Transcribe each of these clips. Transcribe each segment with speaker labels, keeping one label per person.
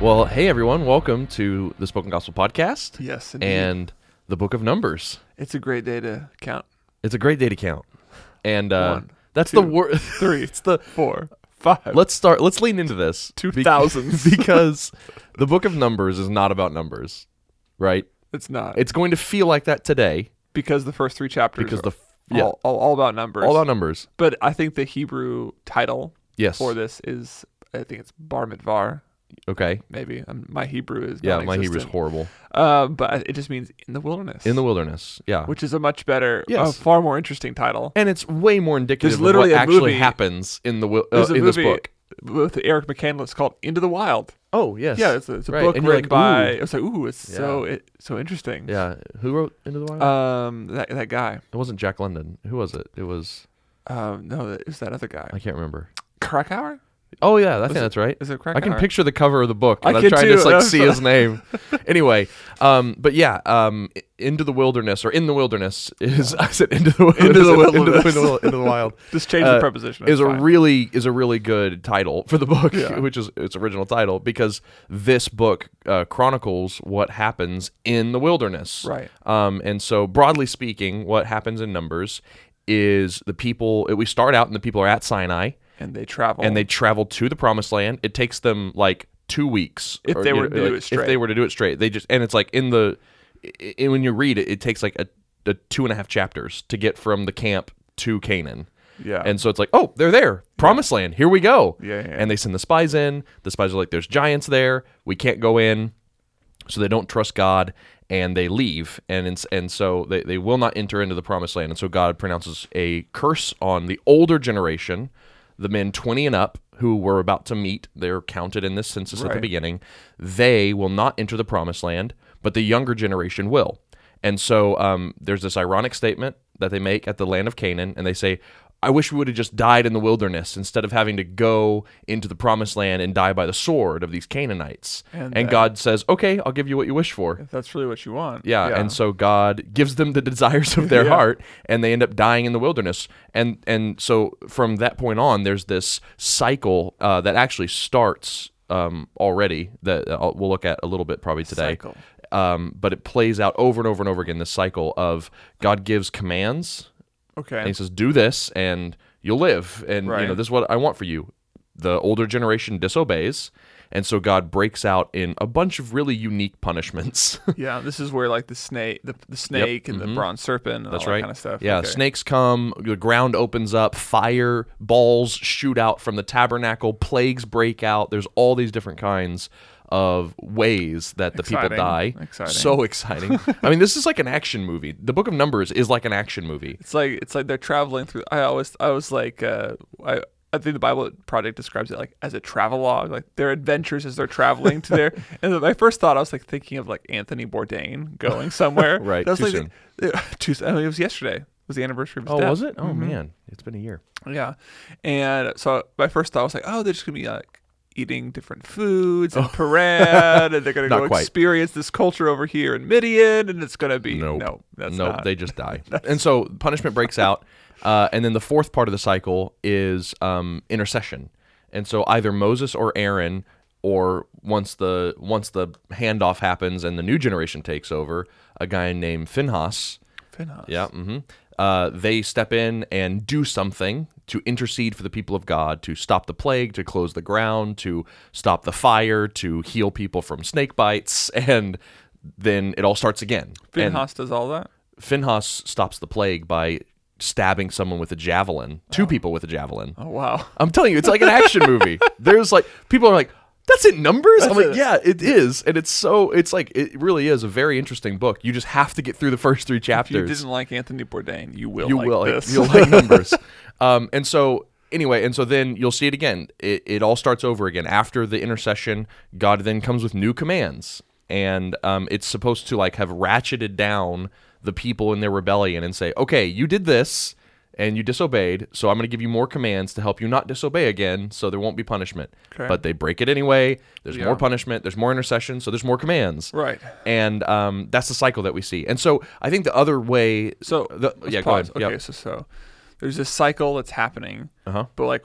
Speaker 1: Well, hey everyone, welcome to the Spoken Gospel Podcast
Speaker 2: Yes, indeed.
Speaker 1: and the Book of Numbers.
Speaker 2: it's a great day to count.
Speaker 1: It's a great day to count, and uh,
Speaker 2: One,
Speaker 1: that's the
Speaker 2: two,
Speaker 1: word.
Speaker 2: Three,
Speaker 1: it's the
Speaker 2: Four, five.
Speaker 1: let's start let's lean into this
Speaker 2: Two
Speaker 1: Be-
Speaker 2: thousands.
Speaker 1: because the book of numbers is not about numbers right
Speaker 2: It's not. It's
Speaker 1: it's going to feel like that today
Speaker 2: because the first three chapters
Speaker 1: because
Speaker 2: are
Speaker 1: the f- yeah
Speaker 2: all, all, all about numbers.
Speaker 1: all about numbers
Speaker 2: but I think the Hebrew title
Speaker 1: yes
Speaker 2: for this is, I think it's Bar Mitvar,
Speaker 1: okay
Speaker 2: maybe. Um, my Hebrew is
Speaker 1: yeah my hebrew's
Speaker 2: non-existent.
Speaker 1: horrible
Speaker 2: Uh, but it just means in the wilderness.
Speaker 1: in the wilderness yeah
Speaker 2: which is a much better, a
Speaker 1: Yes.
Speaker 2: far more interesting title.
Speaker 1: and it's way more indicative of what
Speaker 2: literally a
Speaker 1: actually
Speaker 2: movie-
Speaker 1: happens in the wil- uh,
Speaker 2: There's a
Speaker 1: in this
Speaker 2: movie
Speaker 1: book
Speaker 2: with Eric McCandless called Into the Wild.
Speaker 1: oh yes
Speaker 2: Yeah, it's a, it's a
Speaker 1: Right,
Speaker 2: book
Speaker 1: and you're
Speaker 2: written
Speaker 1: like,
Speaker 2: by.
Speaker 1: "Ooh."
Speaker 2: It's like, ooh, it's
Speaker 1: Yeah.
Speaker 2: so it, so interesting.
Speaker 1: yeah who wrote into the wild
Speaker 2: Um, that that guy.
Speaker 1: it wasn't jack london who was it it was
Speaker 2: Um, no, it was that other guy.
Speaker 1: i can't remember
Speaker 2: Krakauer?
Speaker 1: oh yeah i think
Speaker 2: it-
Speaker 1: that's right
Speaker 2: Is it Krakauer?
Speaker 1: I can picture the cover of the book.
Speaker 2: I
Speaker 1: And I am
Speaker 2: can
Speaker 1: trying
Speaker 2: too,
Speaker 1: to just like
Speaker 2: that's
Speaker 1: see
Speaker 2: what-
Speaker 1: his name. anyway, um, but yeah, um, I- into the wilderness or in the wilderness is I said into the wilderness,
Speaker 2: the
Speaker 1: into the,
Speaker 2: wilderness.
Speaker 1: into the- into the wild
Speaker 2: Just change
Speaker 1: uh,
Speaker 2: the preposition.
Speaker 1: is
Speaker 2: It's
Speaker 1: a
Speaker 2: fine.
Speaker 1: really is a really good title for the book,
Speaker 2: Yeah.
Speaker 1: which is its original title because this book uh, chronicles what happens in the wilderness.
Speaker 2: Right.
Speaker 1: Um, and so broadly speaking, what happens in Numbers is the people. We start out and the people are at Sinai
Speaker 2: and they travel.
Speaker 1: and they travel to the promised land. It takes them like two weeks
Speaker 2: If they
Speaker 1: you
Speaker 2: were to do
Speaker 1: like,
Speaker 2: it
Speaker 1: If they
Speaker 2: straight.
Speaker 1: were to do it straight, they just and it's like in the i i when you read it, it takes like a, a two and a half chapters to get from the camp to Canaan.
Speaker 2: yeah.
Speaker 1: And so it's like, oh, they're there, promised land. Here we go.
Speaker 2: Yeah, yeah, yeah.
Speaker 1: And they send the spies in. The spies are like, there's giants there. We can't go in. So they don't trust God and they leave. And it's, and so they, they will not enter into the promised land. And so God pronounces a curse on the older generation, the men 20 and up who were about to meet. They're counted in this census at the
Speaker 2: Right.
Speaker 1: beginning. They will not enter the promised land, but the younger generation will. And so um, there's this ironic statement that they make at the land of Canaan, and they say, I wish we would have just died in the wilderness instead of having to go into the promised land and die by the sword of these Canaanites. And,
Speaker 2: And, uh,
Speaker 1: God says, Okay, I'll give you what you wish for.
Speaker 2: if that's really what you want.
Speaker 1: Yeah, and so God gives them the desires of their
Speaker 2: Yeah.
Speaker 1: heart, and they end up dying in the wilderness. And and so from that point on, there's this cycle uh, that actually starts um, already that uh, we'll look at a little bit probably today
Speaker 2: Cycle.
Speaker 1: um, but it plays out over and over and over again this cycle of God gives commands and
Speaker 2: okay.
Speaker 1: He says, "Do this, and you'll live." And you know,
Speaker 2: Right.
Speaker 1: this is what I want for you. The older generation disobeys, and so God breaks out in a bunch of really unique punishments.
Speaker 2: yeah, this is where like the snake, the, the snake and the bronze serpent, and
Speaker 1: Mm-hmm. That's
Speaker 2: all
Speaker 1: right.
Speaker 2: that kind of stuff.
Speaker 1: Yeah,
Speaker 2: Okay.
Speaker 1: snakes come, the ground opens up, fire balls shoot out from the tabernacle, plagues break out. There's all these different kinds of ways that the people
Speaker 2: Exciting.
Speaker 1: die.
Speaker 2: Exciting.
Speaker 1: So exciting. I mean, this is like an action movie. The Book of Numbers is like an action movie.
Speaker 2: It's like it's like they're traveling through. I always I was like uh, I I think the Bible Project describes it like as a travelogue, like their adventures as they're traveling to their. And then my first thought I was like thinking of like Anthony Bourdain going somewhere.
Speaker 1: Right,
Speaker 2: And I was
Speaker 1: too
Speaker 2: like, Too soon. I mean, it was yesterday. It was the anniversary of his
Speaker 1: Oh,
Speaker 2: death.
Speaker 1: was it? Oh
Speaker 2: Mm-hmm.
Speaker 1: man, it's been a year.
Speaker 2: Yeah, and so my first thought was like, oh, they're just gonna be like eating different foods and parade, and they're gonna
Speaker 1: Oh. Not
Speaker 2: go
Speaker 1: quite.
Speaker 2: experience this culture over here in Midian, and it's gonna be
Speaker 1: Nope.
Speaker 2: no, that's
Speaker 1: no,
Speaker 2: not.
Speaker 1: they just die. and so punishment breaks out. Uh, and then the fourth part of the cycle is um, intercession. And so either Moses or Aaron, or once the once the handoff happens and the new generation takes over, a guy named Phinehas.
Speaker 2: Finhas.
Speaker 1: Yeah. hmm Uh, they step in and do something to intercede for the people of God, to stop the plague, to close the ground, to stop the fire, to heal people from snake bites, and then it all starts again. And-
Speaker 2: Finhas does all that.
Speaker 1: Finhas stops the plague by stabbing someone with a javelin, two people with a javelin.
Speaker 2: Oh wow.
Speaker 1: I'm telling you, it's like an action movie. There's like people are like, that's in numbers. I'm like, yeah, it is, and it's so it's like it really is a very interesting book. You just have to get through the first three
Speaker 2: If you
Speaker 1: chapters.
Speaker 2: didn't like Anthony Bourdain, you will.
Speaker 1: you
Speaker 2: like
Speaker 1: will,
Speaker 2: This.
Speaker 1: you'll like numbers. um, and so anyway, and so then you'll see it again. It, it all starts over again after the intercession. God then comes with new commands, and um, it's supposed to like have ratcheted down the people in their rebellion and say, "Okay, you did this." And you disobeyed, so I'm going to give you more commands to help you not disobey again, so there won't be punishment.
Speaker 2: Okay.
Speaker 1: But they break it anyway. There's
Speaker 2: Yeah.
Speaker 1: more punishment. There's more intercession, so there's more commands.
Speaker 2: Right.
Speaker 1: And um, that's the cycle that we see. And so I think the other way.
Speaker 2: So
Speaker 1: The-
Speaker 2: let's
Speaker 1: yeah, go
Speaker 2: pause.
Speaker 1: ahead. Yep.
Speaker 2: Okay, so so there's this cycle that's happening,
Speaker 1: Uh-huh.
Speaker 2: but like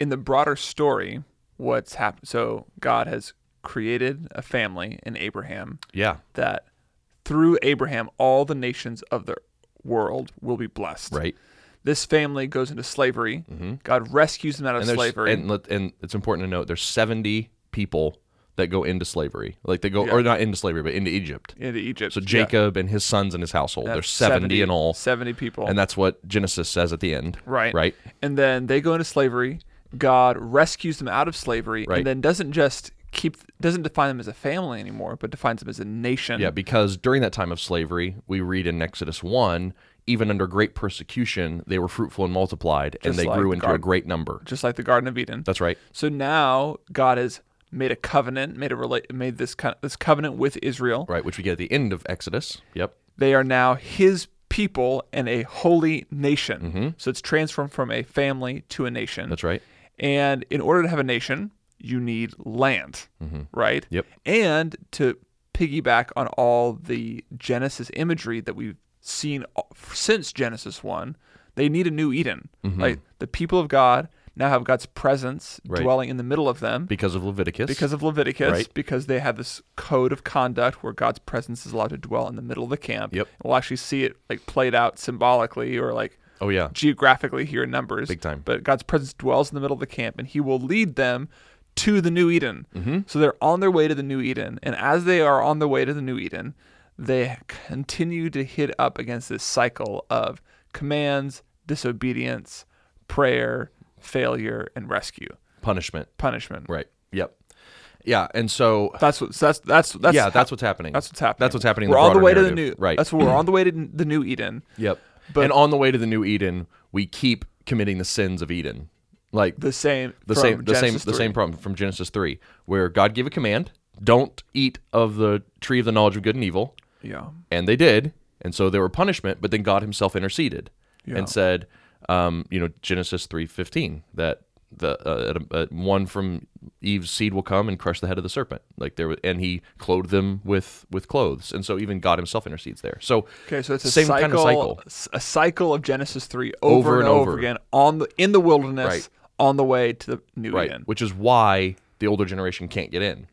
Speaker 2: in the broader story, what's happened? So God has created a family in Abraham
Speaker 1: Yeah.
Speaker 2: that through Abraham all the nations of the world will be blessed.
Speaker 1: Right. Mm-hmm.
Speaker 2: This family goes into slavery. God rescues them out of
Speaker 1: and there's
Speaker 2: slavery.
Speaker 1: and let- and it's important to note there's 70 people that go into slavery like they go or not into slavery but into egypt
Speaker 2: into Egypt.
Speaker 1: so
Speaker 2: Yeah.
Speaker 1: jacob and his sons and his household
Speaker 2: That's
Speaker 1: there's 70, in all
Speaker 2: 70 people.
Speaker 1: and that's what genesis says at the end
Speaker 2: Right.
Speaker 1: right
Speaker 2: And then they go into slavery. God rescues them out of slavery
Speaker 1: Right.
Speaker 2: and then doesn't just keep doesn't define them as a family anymore, but defines them as a nation.
Speaker 1: yeah because during that time of slavery we read in exodus 1 even under great persecution they were fruitful and multiplied and
Speaker 2: Just
Speaker 1: they
Speaker 2: like
Speaker 1: grew into a
Speaker 2: God.
Speaker 1: great number
Speaker 2: Just like the Garden of Eden.
Speaker 1: that's right
Speaker 2: so now God has made a covenant, made a rela- made this co- this covenant with Israel.
Speaker 1: right which we get at the end of exodus yep
Speaker 2: They are now his people and a holy nation. So it's transformed from a family to a nation.
Speaker 1: Mm-hmm. that's right
Speaker 2: And in order to have a nation, you need land, right?
Speaker 1: Mm-hmm. Yep.
Speaker 2: And to piggyback on all the Genesis imagery that we've seen a- since Genesis 1, they need a new Eden.
Speaker 1: Mm-hmm.
Speaker 2: Like the people of God now have God's presence
Speaker 1: Right.
Speaker 2: dwelling in the middle of them
Speaker 1: because of leviticus
Speaker 2: because of Leviticus,
Speaker 1: Right.
Speaker 2: because they have this code of conduct where God's presence is allowed to dwell in the middle of the camp.
Speaker 1: Yep.
Speaker 2: We'll actually see it like played out symbolically or like
Speaker 1: oh yeah
Speaker 2: geographically here in numbers.
Speaker 1: Big time.
Speaker 2: But God's presence dwells in the middle of the camp, and He will lead them to the new Eden.
Speaker 1: Mm-hmm.
Speaker 2: So they're on their way to the new Eden, and as they are on their way to the new Eden, they continue to hit up against this cycle of commands, disobedience, prayer, failure, and rescue,
Speaker 1: punishment
Speaker 2: punishment.
Speaker 1: right yep yeah and so
Speaker 2: That's what. So that's that's that's
Speaker 1: yeah, that's what's happening.
Speaker 2: that's what's happening.
Speaker 1: That's what's happening. in
Speaker 2: We're on the
Speaker 1: broader
Speaker 2: way to the new.
Speaker 1: narrative. right.
Speaker 2: That's what we're on the way to n- the new Eden.
Speaker 1: yep.
Speaker 2: but-
Speaker 1: and on the way to the new Eden, we keep committing the sins of Eden, like the,
Speaker 2: The same. from
Speaker 1: same, the same,
Speaker 2: Genesis
Speaker 1: the
Speaker 2: 3.
Speaker 1: same problem from Genesis three, where God gave a command: don't eat of the tree of the knowledge of good and evil,
Speaker 2: Yeah.
Speaker 1: and they did, and so there were punishment. But then God Himself interceded
Speaker 2: Yeah.
Speaker 1: and said, um, you know, Genesis three fifteen that the uh, uh, uh, one from Eve's seed will come and crush the head of the serpent. Like there, wa- and He clothed them with with clothes, and so even God Himself intercedes there. So
Speaker 2: Okay, so it's a
Speaker 1: Same
Speaker 2: cycle,
Speaker 1: kind of cycle.
Speaker 2: s- a cycle of Genesis three over, and, over, again on the in the wilderness
Speaker 1: Right.
Speaker 2: on the way to the New
Speaker 1: right,
Speaker 2: Eden.
Speaker 1: which is why the older generation can't get in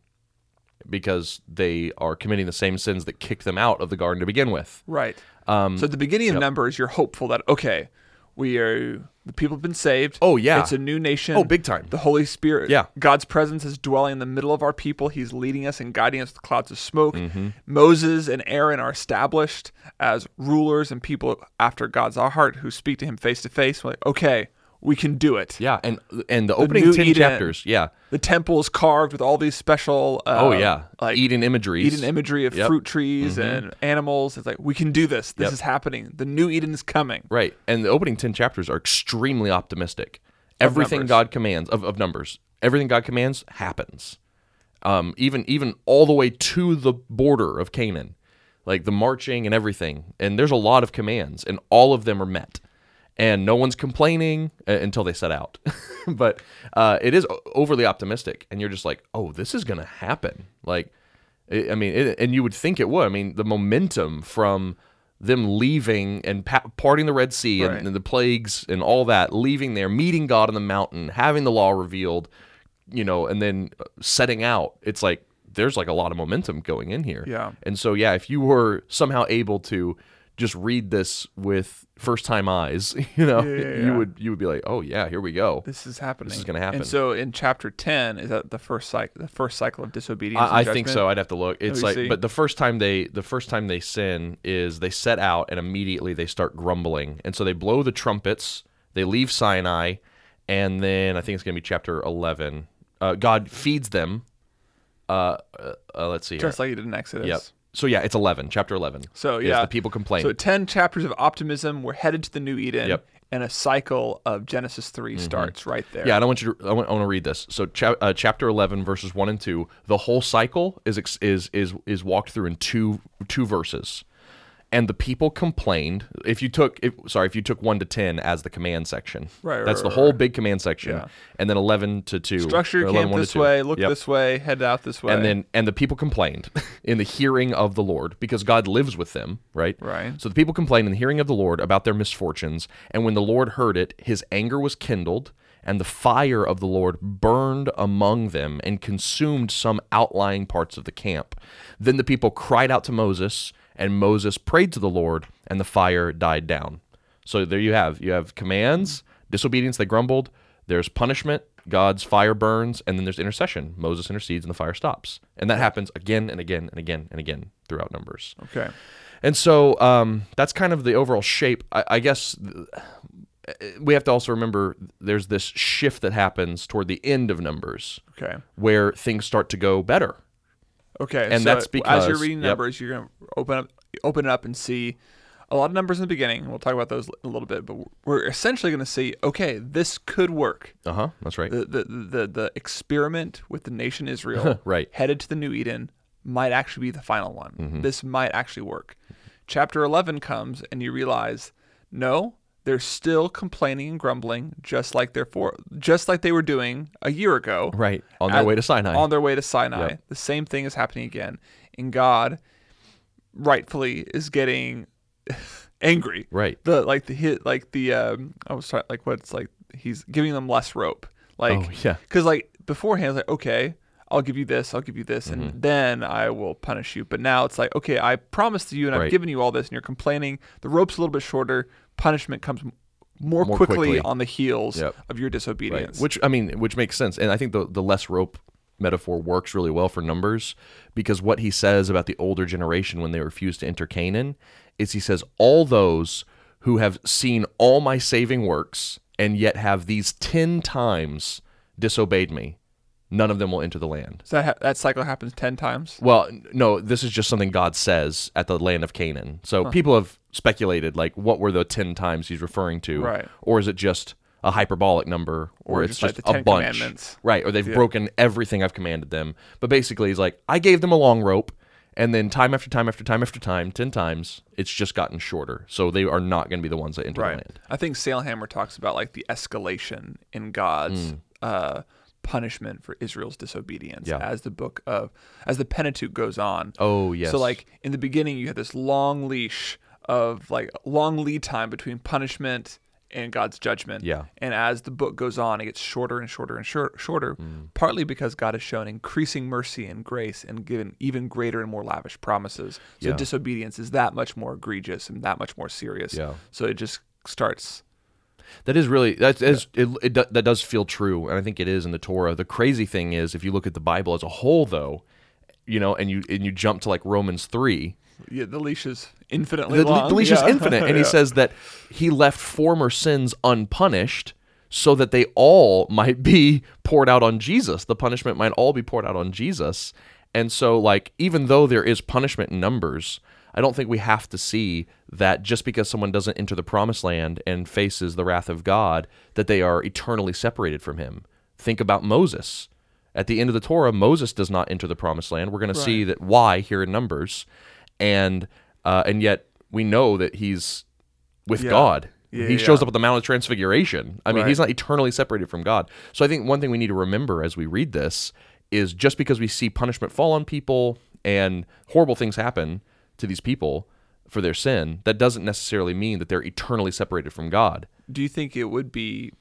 Speaker 1: because they are committing the same sins that kicked them out of the garden to begin with.
Speaker 2: Right.
Speaker 1: Um,
Speaker 2: so at the beginning of Numbers, you're hopeful that okay, we are the people have been saved.
Speaker 1: Oh, yeah.
Speaker 2: it's a new nation.
Speaker 1: Oh, big time.
Speaker 2: The Holy Spirit.
Speaker 1: Yeah.
Speaker 2: God's presence is dwelling in the middle of our people. He's leading us and guiding us with clouds of smoke.
Speaker 1: Mm-hmm.
Speaker 2: Moses and Aaron are established as rulers and people after God's heart who speak to Him face to face. We're Like okay, we can do it.
Speaker 1: Yeah, and and the opening
Speaker 2: new
Speaker 1: ten
Speaker 2: Eden.
Speaker 1: chapters, yeah.
Speaker 2: The temple is carved with all these special. Uh,
Speaker 1: Oh yeah,
Speaker 2: like Eden,
Speaker 1: Eden imagery.
Speaker 2: imagery of
Speaker 1: Yep. Mm-hmm.
Speaker 2: fruit trees and animals. It's like we can do this. This is happening. The new Eden is coming.
Speaker 1: Right. And the opening 10 chapters are extremely optimistic. Everything
Speaker 2: numbers.
Speaker 1: God commands of, of numbers, everything God commands happens. Um, even even all the way to the border of Canaan, like the marching and everything. And there's a lot of commands, and all of them are met. And no one's complaining uh, until they set out. but uh, it is o- overly optimistic. And you're just like, oh, this is going to happen. Like, I I mean, it, and you would think it would. I mean, the momentum from them leaving and pa- parting the Red Sea and,
Speaker 2: Right.
Speaker 1: and the plagues and all that, leaving there, meeting God on the mountain, having the law revealed, you know, and then uh, setting out. It's like there's like a lot of momentum going in here.
Speaker 2: Yeah.
Speaker 1: And so, yeah, if you were somehow able to just read this with first time eyes, you know,
Speaker 2: yeah, yeah.
Speaker 1: you would you would be like, oh yeah, here we go.
Speaker 2: This is happening.
Speaker 1: This is gonna happen.
Speaker 2: And so in chapter ten is that the first cycle, the first cycle of disobedience.
Speaker 1: I, I
Speaker 2: and
Speaker 1: think
Speaker 2: judgment?
Speaker 1: so. I'd have to look. It's
Speaker 2: me
Speaker 1: like,
Speaker 2: see.
Speaker 1: but the first time they, the first time they sin is they set out and immediately they start grumbling, and so they blow the trumpets, they leave Sinai, and then I think it's gonna be chapter eleven. Uh, God feeds them. Uh, uh, uh, let's see here.
Speaker 2: Just like you did in Exodus.
Speaker 1: Yep. So yeah, it's eleven, chapter eleven.
Speaker 2: So
Speaker 1: is
Speaker 2: yeah,
Speaker 1: the people complain.
Speaker 2: So ten chapters of optimism. We're headed to the new Eden.
Speaker 1: Yep. Mm-hmm.
Speaker 2: and a cycle of Genesis 3 starts right there.
Speaker 1: Yeah, and I want you to. I want, I want to read this. So, cha- uh, chapter eleven, verses one and two. The whole cycle is ex- is is is walked through in two two verses, and the people complained. If you took, if, sorry, if you took one to ten as the command section,
Speaker 2: Right, right,
Speaker 1: That's the
Speaker 2: right,
Speaker 1: whole big command section, and then eleven to two.
Speaker 2: Structure
Speaker 1: or
Speaker 2: your
Speaker 1: 11,
Speaker 2: camp
Speaker 1: one to
Speaker 2: this
Speaker 1: two.
Speaker 2: way, look
Speaker 1: Yep.
Speaker 2: this way, head out this way.
Speaker 1: And then and the people complained in the hearing of the Lord because God lives with them, right?
Speaker 2: Right.
Speaker 1: So the people complained in the hearing of the Lord about their misfortunes, and when the Lord heard it, his anger was kindled, and the fire of the Lord burned among them and consumed some outlying parts of the camp. Then the people cried out to Moses, and Moses prayed to the Lord, and the fire died down. So there you have you have commands, disobedience, they grumbled, there's punishment, God's fire burns, and then there's intercession. Moses intercedes and the fire stops. And that happens again and again and again and again throughout Numbers.
Speaker 2: okay.
Speaker 1: And so um, that's kind of the overall shape. I, I guess th- we have to also remember there's this shift that happens toward the end of Numbers
Speaker 2: Okay.
Speaker 1: where things start to go better.
Speaker 2: Okay,
Speaker 1: And
Speaker 2: so
Speaker 1: that's
Speaker 2: as you're
Speaker 1: because-
Speaker 2: reading
Speaker 1: yep.
Speaker 2: numbers, you're gonna open up open it up and see a lot of numbers in the beginning. We'll talk about those in a little bit, but we're essentially gonna see okay, this could work.
Speaker 1: Uh huh. That's right.
Speaker 2: The the the, the experiment with the nation Israel,
Speaker 1: Uh, Right.
Speaker 2: headed to the New Eden, might actually be the final one.
Speaker 1: Mm-hmm.
Speaker 2: This might actually work. Chapter eleven comes, and you realize no. They're still complaining and grumbling, just like they're for, just like they were doing a year ago
Speaker 1: Right. On their
Speaker 2: at-
Speaker 1: way to Sinai.
Speaker 2: On their way to Sinai.
Speaker 1: Yep.
Speaker 2: The same thing is happening again. And God rightfully is getting angry.
Speaker 1: Right.
Speaker 2: The like the hit like the um I was trying like what's like he's giving them less rope. Like
Speaker 1: Oh, yeah.
Speaker 2: Cuz like beforehand it's like okay, I'll give you this, I'll give you this
Speaker 1: Mm-hmm.
Speaker 2: and then I will punish you. But now it's like okay, I promised you and I've
Speaker 1: Right.
Speaker 2: given you all this and you're complaining. The rope's a little bit shorter. Punishment comes m- more,
Speaker 1: More
Speaker 2: quickly,
Speaker 1: quickly.
Speaker 2: on the heels
Speaker 1: Yep.
Speaker 2: of your
Speaker 1: Right.
Speaker 2: disobedience.
Speaker 1: Which I mean, which makes sense, and I think the the less rope metaphor works really well for numbers because what he says about the older generation when they refuse to enter Canaan is he says all those who have seen all my saving works and yet have these 10 times disobeyed me none of them will enter the land.
Speaker 2: So that ha- that cycle happens 10 times.
Speaker 1: Well, n- no, this is just something God says at the land of Canaan. So people have speculated like what were the 10 times he's referring to
Speaker 2: Right.
Speaker 1: or is it just a hyperbolic number or,
Speaker 2: Or
Speaker 1: it's
Speaker 2: just, like,
Speaker 1: just
Speaker 2: the Ten
Speaker 1: a bunch.
Speaker 2: Commandments.
Speaker 1: Right, or they've broken everything I've commanded them. But basically he's like I gave them a long rope and then time after time after time after time 10 times it's just gotten shorter. So they are not going to be the ones that enter the land.
Speaker 2: I think Salehammer talks about like the escalation in God's uh, punishment for Israel's disobedience
Speaker 1: Mm. Yeah.
Speaker 2: as the book of as the Pentateuch goes on.
Speaker 1: Oh, yes.
Speaker 2: So like in the beginning you had this long leash of like long lead time between punishment and God's judgment.
Speaker 1: Yeah.
Speaker 2: And as the book goes on, it gets shorter and shorter and shor- shorter,
Speaker 1: Mm.
Speaker 2: partly because God has shown increasing mercy and grace and given even greater and more lavish promises. So
Speaker 1: Yeah.
Speaker 2: disobedience is that much more egregious and that much more serious.
Speaker 1: Yeah.
Speaker 2: So it just starts.
Speaker 1: That is really that's is, it, it, do- that does feel true, and I think it is in the Torah. The crazy thing is, if you look at the Bible as a whole, though, you know, and you and you jump to like Romans three,
Speaker 2: Yeah, the leash is infinitely
Speaker 1: the,
Speaker 2: long.
Speaker 1: the leash
Speaker 2: Yeah.
Speaker 1: is infinite, and he says that he left former sins unpunished, so that they all might be poured out on Jesus. The punishment might all be poured out on Jesus, and so like even though there is punishment in numbers. I don't think we have to see that just because someone doesn't enter the promised land and faces the wrath of God, that they are eternally separated from him. Think about Moses. At the end of the Torah, Moses does not enter the promised land. We're going to see that why here in Numbers, and uh, and yet we know that he's with God.
Speaker 2: Yeah,
Speaker 1: he
Speaker 2: yeah,
Speaker 1: shows up at the Mount of Transfiguration. I mean,
Speaker 2: Right.
Speaker 1: he's not eternally separated from God. So I think one thing we need to remember as we read this is just because we see punishment fall on people and horrible things happen to these people for their sin, that doesn't necessarily mean that they're eternally separated from God.
Speaker 2: Do you think it would be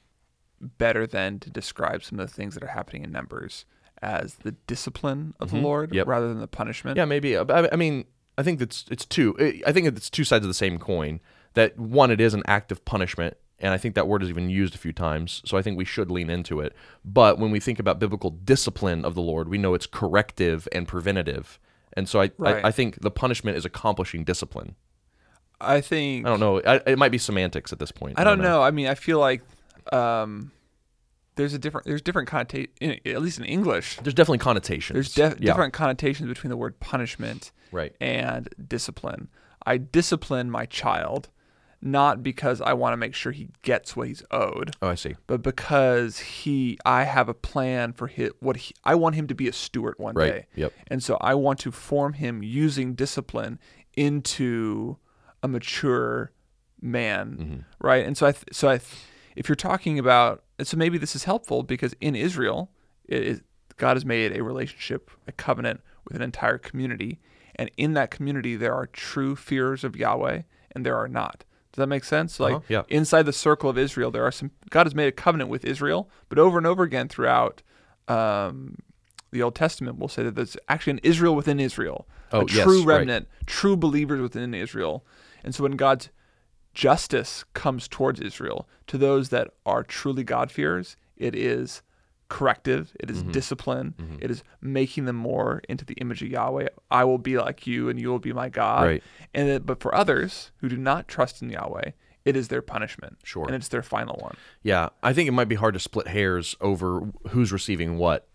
Speaker 2: better then to describe some of the things that are happening in Numbers as the discipline of the Lord
Speaker 1: Mm-hmm. Yep.
Speaker 2: rather than the punishment?
Speaker 1: Yeah, maybe. Uh, but I I mean, I think that's it's two. I- I think it's two sides of the same coin. That one, it is an act of punishment, and I think that word is even used a few times. So I think we should lean into it. But when we think about biblical discipline of the Lord, we know it's corrective and preventative. And so I,
Speaker 2: Right.
Speaker 1: I, I think the punishment is accomplishing discipline.
Speaker 2: I think
Speaker 1: I don't know. I, it might be semantics at this point.
Speaker 2: I don't know. I mean, I feel like um, there's a different there's different connotation at least in English.
Speaker 1: There's definitely connotations.
Speaker 2: There's def-
Speaker 1: Yeah,
Speaker 2: different connotations between the word punishment
Speaker 1: Right.
Speaker 2: and discipline. I discipline my child. not because I want to make sure he gets what he's owed,
Speaker 1: Oh, I see.
Speaker 2: but because he I have a plan for his, what he, I want him to be a steward one
Speaker 1: Right.
Speaker 2: day.
Speaker 1: Yep.
Speaker 2: And so I want to form him using discipline into a mature man,
Speaker 1: Mm-hmm.
Speaker 2: right? And so I th- so I th- if you're talking about and so maybe this is helpful because in Israel it is God has made a relationship, a covenant with an entire community, and in that community there are true fears of Yahweh and there are not. Does that make sense? Like
Speaker 1: Uh-huh, yeah.
Speaker 2: inside the circle of Israel, there are some. God has made a covenant with Israel, but over and over again throughout um, the Old Testament, we'll say that there's actually an Israel within Israel,
Speaker 1: Oh,
Speaker 2: a
Speaker 1: yes,
Speaker 2: true
Speaker 1: right.
Speaker 2: remnant, true believers within Israel. And so when God's justice comes towards Israel, to those that are truly God fearers, it is corrective, it
Speaker 1: Mm-hmm.
Speaker 2: is discipline, it is making them more into the image of Yahweh. I will be like you, and you will be my God.
Speaker 1: Right.
Speaker 2: And it, but for others who do not trust in Yahweh, it is their punishment.
Speaker 1: Sure.
Speaker 2: And it's their final one.
Speaker 1: Yeah, I think it might be hard to split hairs over who's receiving what,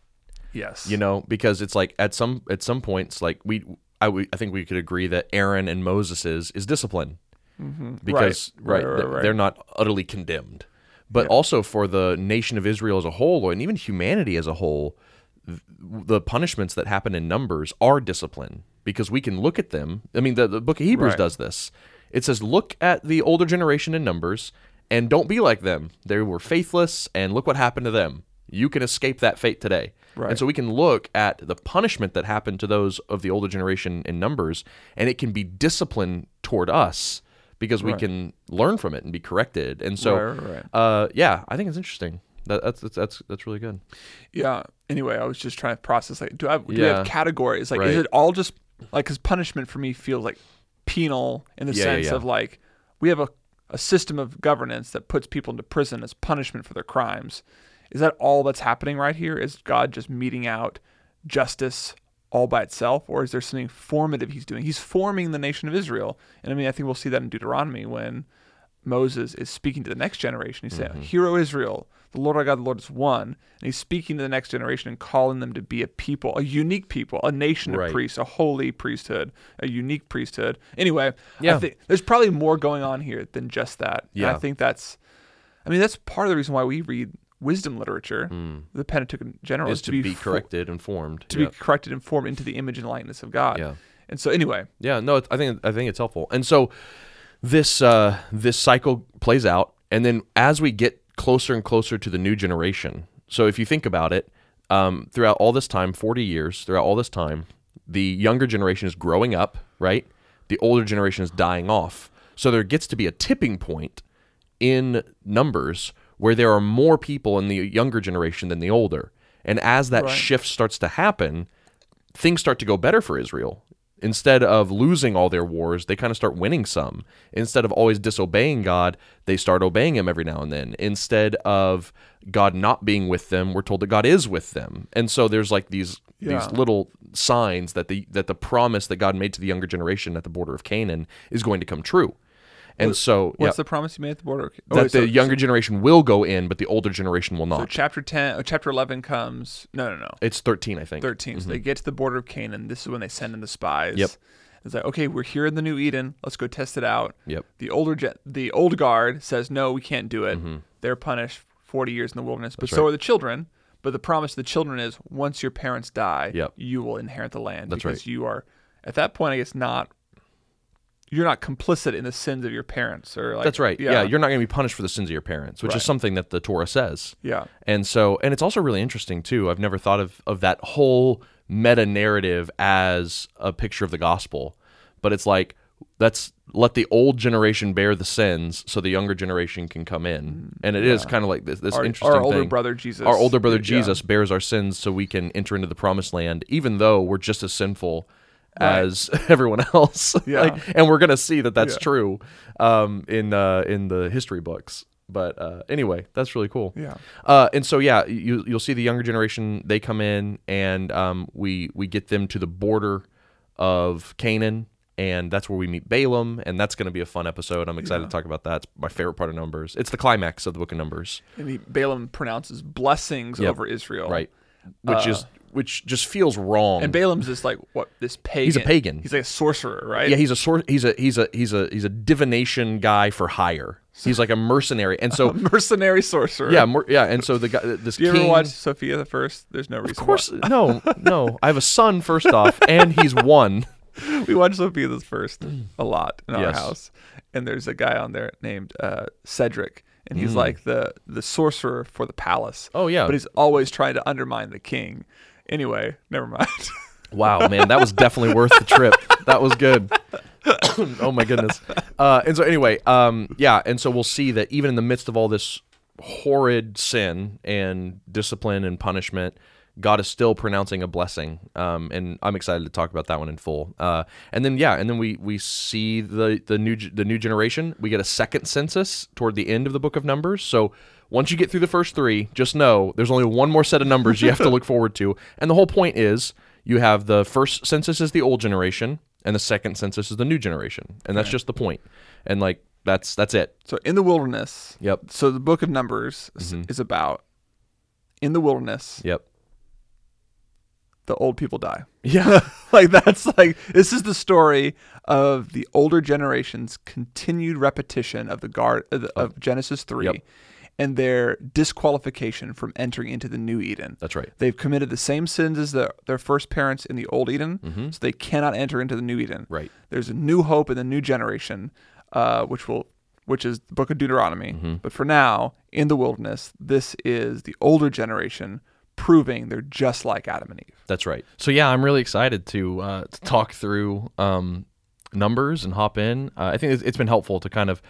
Speaker 2: Yes.
Speaker 1: you know, because it's like at some at some points, like we, I, we, I think we could agree that Aaron and Moses's is discipline, because
Speaker 2: Mm-hmm. Right,
Speaker 1: right,
Speaker 2: right,
Speaker 1: th-
Speaker 2: right, right.
Speaker 1: they're not utterly condemned, but also for the nation of Israel as a whole, and even humanity as a whole, th- the punishments that happen in numbers are discipline because we can look at them. I mean, the, the book of Hebrews
Speaker 2: Right.
Speaker 1: does this. It says, look at the older generation in numbers and don't be like them. They were faithless, and look what happened to them. You can escape that fate today.
Speaker 2: Right.
Speaker 1: And so we can look at the punishment that happened to those of the older generation in numbers, and it can be discipline toward us because we can learn from it and be corrected. And so,
Speaker 2: Right, right, right.
Speaker 1: Uh, yeah, I think it's interesting. That, that's, that's that's that's really good.
Speaker 2: Yeah. Anyway, I was just trying to process like, do I do we
Speaker 1: Yeah.
Speaker 2: have categories? Like, is
Speaker 1: Right.
Speaker 2: it all just like because punishment for me feels like penal in the
Speaker 1: Yeah, yeah,
Speaker 2: sense
Speaker 1: yeah.
Speaker 2: of like we have a a system of governance that puts people into prison as punishment for their crimes. Is that all that's happening right here? Is God just meeting out justice all by itself, or is there something formative He's doing? He's forming the nation of Israel, and I mean, I think we'll see that in Deuteronomy when Moses is speaking to the next generation. He's
Speaker 1: Mm-hmm.
Speaker 2: saying, Hear, O Israel, the Lord our God, the Lord is one. And he's speaking to the next generation and calling them to be a people, a unique people, a nation of
Speaker 1: Right.
Speaker 2: priests, a holy priesthood, a unique priesthood. Anyway, I
Speaker 1: Yeah.
Speaker 2: think there's probably more going on here than just that. And
Speaker 1: Yeah.
Speaker 2: I think that's, I mean, that's part of the reason why we read wisdom literature, the Pentateuch in general,
Speaker 1: Hmm. Is to be,
Speaker 2: fo-
Speaker 1: corrected, informed.
Speaker 2: to
Speaker 1: yeah.
Speaker 2: be corrected and formed into the image and likeness of God.
Speaker 1: Yeah.
Speaker 2: And so, anyway,
Speaker 1: Yeah, no, it- I think I think it's helpful. And so this uh, this cycle plays out, and then as we get closer and closer to the new generation. So if you think about it, um, throughout all this time, forty years, throughout all this time, the younger generation is growing up, right? The older generation is dying off. So there gets to be a tipping point in numbers where there are more people in the younger generation than the older. And as that shift starts to happen, things start to go better for Israel. Instead of losing all their wars, they kind of start winning some. Instead of always disobeying God, they start obeying Him every now and then. Instead of God not being with them, we're told that God is with them. And so there's like these
Speaker 2: Yeah.
Speaker 1: these little signs that the that the promise that God made to the younger generation at the border of Canaan is going to come true. And so yeah,
Speaker 2: what's the promise you made at the border? Oh,
Speaker 1: that
Speaker 2: wait,
Speaker 1: the
Speaker 2: so-
Speaker 1: younger generation will go in, but the older generation will
Speaker 2: so
Speaker 1: not.
Speaker 2: chapter 10, oh, chapter 11 comes, no, no, no.
Speaker 1: it's 13, I think.
Speaker 2: 13. So they get to the border of Canaan. This is when they send in the spies.
Speaker 1: Mm-hmm. Yep.
Speaker 2: It's like, okay, we're here in the new Eden. Let's go test it out.
Speaker 1: Yep.
Speaker 2: The older ge- the old guard says, no, we can't do it.
Speaker 1: Mm-hmm.
Speaker 2: They're punished 40 years in the wilderness, but so are the children. But the promise to the children is once your parents die,
Speaker 1: Yep.
Speaker 2: you will inherit the land
Speaker 1: That's
Speaker 2: because
Speaker 1: right.
Speaker 2: you are, at that point, I guess, not, you're not complicit in the sins of your parents. or like,
Speaker 1: That's right. Yeah, you're not going to be punished for the sins of your parents, which
Speaker 2: Right.
Speaker 1: is something that the Torah says.
Speaker 2: yeah.
Speaker 1: And so, and it's also really interesting too. I've never thought of of that whole meta narrative as a picture of the gospel, but it's like let's let the old generation bear the sins, so the younger generation can come in. And it is kind of like this, this
Speaker 2: Mm, Our,
Speaker 1: interesting
Speaker 2: our older
Speaker 1: thing.
Speaker 2: brother Jesus.
Speaker 1: Our older brother
Speaker 2: Yeah.
Speaker 1: Jesus bears our sins so we can enter into the promised land, even though we're just as sinful as everyone else.
Speaker 2: Yeah.
Speaker 1: like, and we're gonna see that that's
Speaker 2: Yeah.
Speaker 1: true um, in uh, in the history books. But uh, anyway, that's really cool.
Speaker 2: Yeah.
Speaker 1: Uh, and so yeah, you you'll see the younger generation. They come in, and um, we we get them to the border of Canaan, and that's where we meet Balaam, and that's going to be a fun episode. I'm excited to talk about that. It's my favorite part of Numbers. It's the climax of the book of Numbers.
Speaker 2: And he, Balaam pronounces blessings over Israel.
Speaker 1: Right. which is which just feels wrong.
Speaker 2: Uh, And Balaam's this like what this pagan.
Speaker 1: a pagan.
Speaker 2: He's like a sorcerer, right?
Speaker 1: yeah, he's a sor- he's a he's a he's a he's a divination guy for hire. He's like a mercenary, and so
Speaker 2: mercenary sorcerer.
Speaker 1: yeah, mer- yeah, and so the guy this
Speaker 2: You ever
Speaker 1: king.
Speaker 2: watched Sophia the First? There's no reason.
Speaker 1: of course, no, no. I have a son first off, and he's one.
Speaker 2: we watched Sophia the First a lot in our
Speaker 1: Mm. Yes.
Speaker 2: house, and there's a guy on there named uh, Cedric, and he's like the the sorcerer for the palace.
Speaker 1: Mm. Oh, yeah.
Speaker 2: but he's always trying to undermine the king. Anyway, never mind.
Speaker 1: Wow, man, that was definitely worth the trip. That was good. oh my goodness. Uh, and so anyway, um, yeah, and so we'll see that even in the midst of all this horrid sin and discipline and punishment, God is still pronouncing a blessing. Um, and I'm excited to talk about that one in full. Uh, and then yeah, and then we we see the the new the new generation. We get a second census toward the end of the book of Numbers. So once you get through the first three, just know there's only one more set of numbers you have to look forward to. And the whole point is you have the first census is the old generation and the second census is the new generation and that's just the point and like that's that's it
Speaker 2: so in the wilderness.
Speaker 1: yep Mm-hmm.
Speaker 2: So the book of Numbers is- is about in the wilderness
Speaker 1: yep
Speaker 2: the old people die.
Speaker 1: yeah
Speaker 2: like that's like this is the story of the older generation's continued repetition of the guard of, the- of Genesis three,
Speaker 1: Yep.
Speaker 2: and their disqualification from entering into the new Eden.
Speaker 1: that's right
Speaker 2: They've committed the same sins as their their first parents in the old Eden, so they cannot enter into the new Eden.
Speaker 1: Mm-hmm. right
Speaker 2: There's a new hope in the new generation, uh, which will which is the book of Deuteronomy.
Speaker 1: Mm-hmm.
Speaker 2: But for now, in the wilderness, this is the older generation proving they're just like Adam and Eve.
Speaker 1: that's right so yeah i'm really excited to uh to talk through um numbers and hop in uh, i think it's, it's been helpful to kind of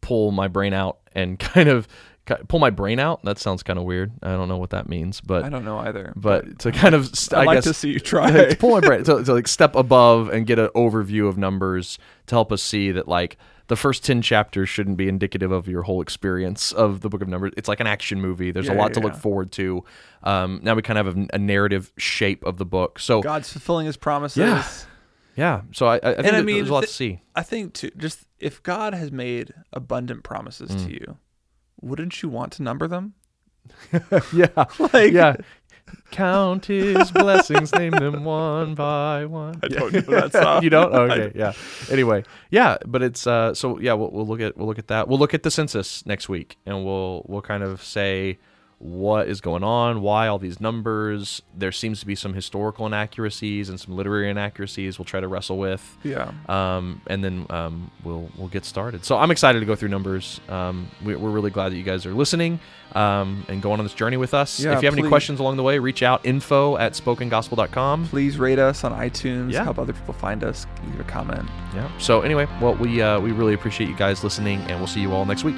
Speaker 1: pull my brain out and kind of ki- pull my brain out that sounds kind of weird i don't know what that means but
Speaker 2: I don't know either.
Speaker 1: but to kind of st-
Speaker 2: I'd
Speaker 1: i
Speaker 2: like
Speaker 1: guess
Speaker 2: to see you try.
Speaker 1: like, pull my brain to, to like step above and get an overview of numbers to help us see that like the first 10 chapters shouldn't be indicative of your whole experience of the book of numbers it's like an action movie there's a
Speaker 2: Yeah,
Speaker 1: lot
Speaker 2: yeah,
Speaker 1: to look
Speaker 2: yeah.
Speaker 1: forward to um, now we kind of have a, a narrative shape of the book so
Speaker 2: God's fulfilling his promises.
Speaker 1: Yeah. yeah so i, I I think
Speaker 2: I
Speaker 1: that
Speaker 2: mean,
Speaker 1: there's a lot
Speaker 2: thi-
Speaker 1: to see
Speaker 2: I think too just if God has made abundant promises
Speaker 1: Mm.
Speaker 2: to you, wouldn't you want to number them?
Speaker 1: yeah
Speaker 2: Like
Speaker 1: yeah count his blessings name them one by one
Speaker 2: I don't know that song.
Speaker 1: you don't Oh, okay yeah anyway yeah but it's uh so yeah we'll, we'll look at we'll look at that we'll look at the census next week and we'll we'll kind of say what is going on why all these numbers there seems to be some historical inaccuracies and some literary inaccuracies we'll try to wrestle with
Speaker 2: Yeah.
Speaker 1: um, and then um, we'll we'll get started. So I'm excited to go through numbers. Um, we, we're really glad that you guys are listening um, and going on this journey with us.
Speaker 2: Yeah,
Speaker 1: if you have any
Speaker 2: please.
Speaker 1: questions along the way, reach out info at spokengospel.com.
Speaker 2: Please rate us on iTunes.
Speaker 1: Yeah.
Speaker 2: Help other people find us. Leave a comment.
Speaker 1: Yeah. So anyway, well, we uh, we really appreciate you guys listening, and we'll see you all next week.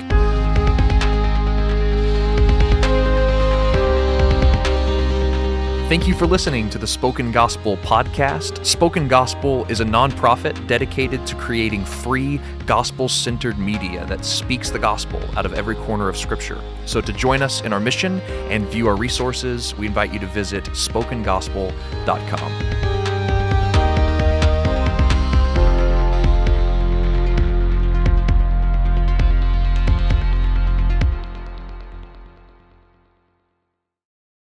Speaker 1: Thank you for listening to the Spoken Gospel podcast. Spoken Gospel is a nonprofit dedicated to creating free, gospel centered media that speaks the gospel out of every corner of Scripture. So, to join us in our mission and view our resources, we invite you to visit spokengospel.com.